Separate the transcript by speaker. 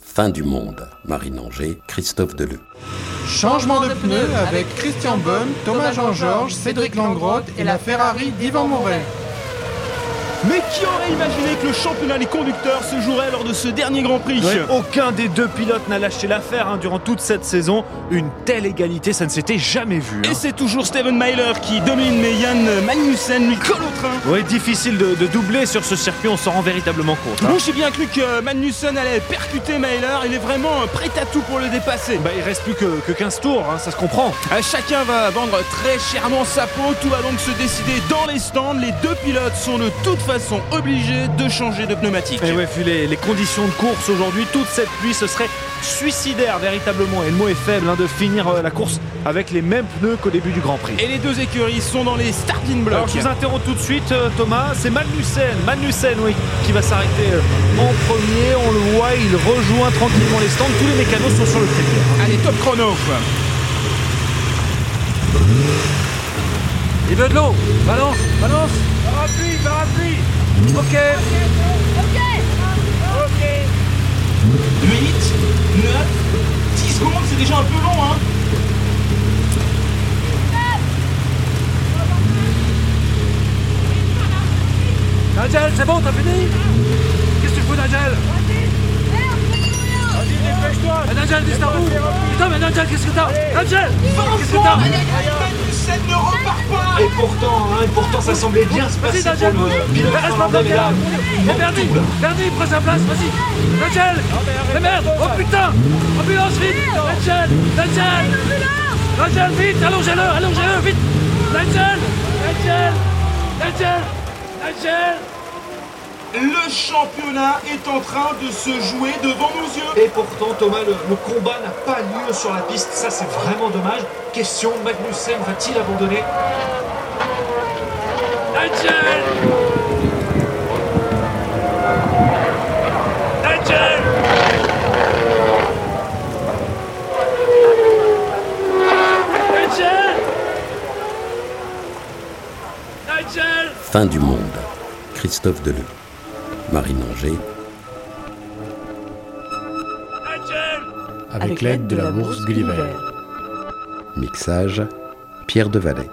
Speaker 1: Fin du monde. Marine Anger, Christophe Deleu.
Speaker 2: Changement de pneus avec Christian Bonne, Thomas Jean-Georges, Cédric Langrotte et la Ferrari d'Yvan Moret.
Speaker 3: Mais qui aurait imaginé que le championnat des conducteurs se jouerait lors de ce dernier Grand Prix
Speaker 4: Ouais, aucun des deux pilotes n'a lâché l'affaire hein, durant toute cette saison. Une telle égalité, ça ne s'était jamais vu. hein.
Speaker 3: Et c'est toujours Steven Myler qui domine, mais Yann Magnussen lui colle au train.
Speaker 4: Oui, difficile de, de doubler sur ce circuit, on s'en rend véritablement compte. hein.
Speaker 3: Moi j'ai bien cru que Magnussen allait percuter Myler, il est vraiment prêt à tout pour le dépasser.
Speaker 4: Bah, il reste plus que, que 15 tours, hein, ça se comprend.
Speaker 3: Euh, Chacun va vendre très chèrement sa peau, tout va donc se décider dans les stands. Les deux pilotes sont de toute façon obligés de changer de pneumatique.
Speaker 4: Et ouais, vu les, les conditions de course aujourd'hui, toute cette pluie, ce serait suicidaire véritablement. Et le mot est faible hein, de finir euh, la course avec les mêmes pneus qu'au début du Grand Prix.
Speaker 3: Et les deux écuries sont dans les starting blocks.
Speaker 4: Alors je vous interromps tout de suite euh, Thomas, c'est Magnussen, Magnussen oui, qui va s'arrêter euh, en premier, on le voit, il rejoint tranquillement les stands, tous les mécanos sont sur le tribord.
Speaker 3: Allez, top chrono
Speaker 5: Il veut de l'eau Balance, balance Parapluie, parapluie
Speaker 3: Minutes, 9, 10 secondes, c'est déjà un peu long hein
Speaker 5: Ok Nigel, c'est bon, t'as fini Qu'est-ce que tu fous, Nigel Vas-y, dépêche-toi Nigel, dis tabou Putain, mais Nigel, qu'est-ce que t'as Nigel Qu'est-ce que t'as
Speaker 3: Magnussen ne repart pas
Speaker 6: Et pourtant, hein, et pourtant ça semblait bien se
Speaker 5: Vas-y,
Speaker 6: passer
Speaker 5: Nigel
Speaker 6: pour le pilote
Speaker 5: Reste pas
Speaker 6: finlandais, mais
Speaker 5: bloqué
Speaker 6: là,
Speaker 5: là Mais Bernie Bernie, prends sa place, vas-y Nigel Mais merde Oh putain Ambulance, vite Nigel Nigel Nigel, vite Allongez-le, allongez-le, vite Nigel Nigel Nigel Nigel
Speaker 3: Le championnat est en train de se jouer devant nos yeux
Speaker 6: Et pourtant, Thomas, le, le combat n'a pas lieu sur la piste. Ça, c'est vraiment dommage. Question Magnussen va-t-il abandonner
Speaker 5: Nigel Nigel Nigel Nigel
Speaker 1: Fin du monde. Christophe Deleu. Marine Anger,
Speaker 5: Nigel
Speaker 7: avec l'aide de la bourse Gulliver.
Speaker 1: mixage, Pierre Devalet.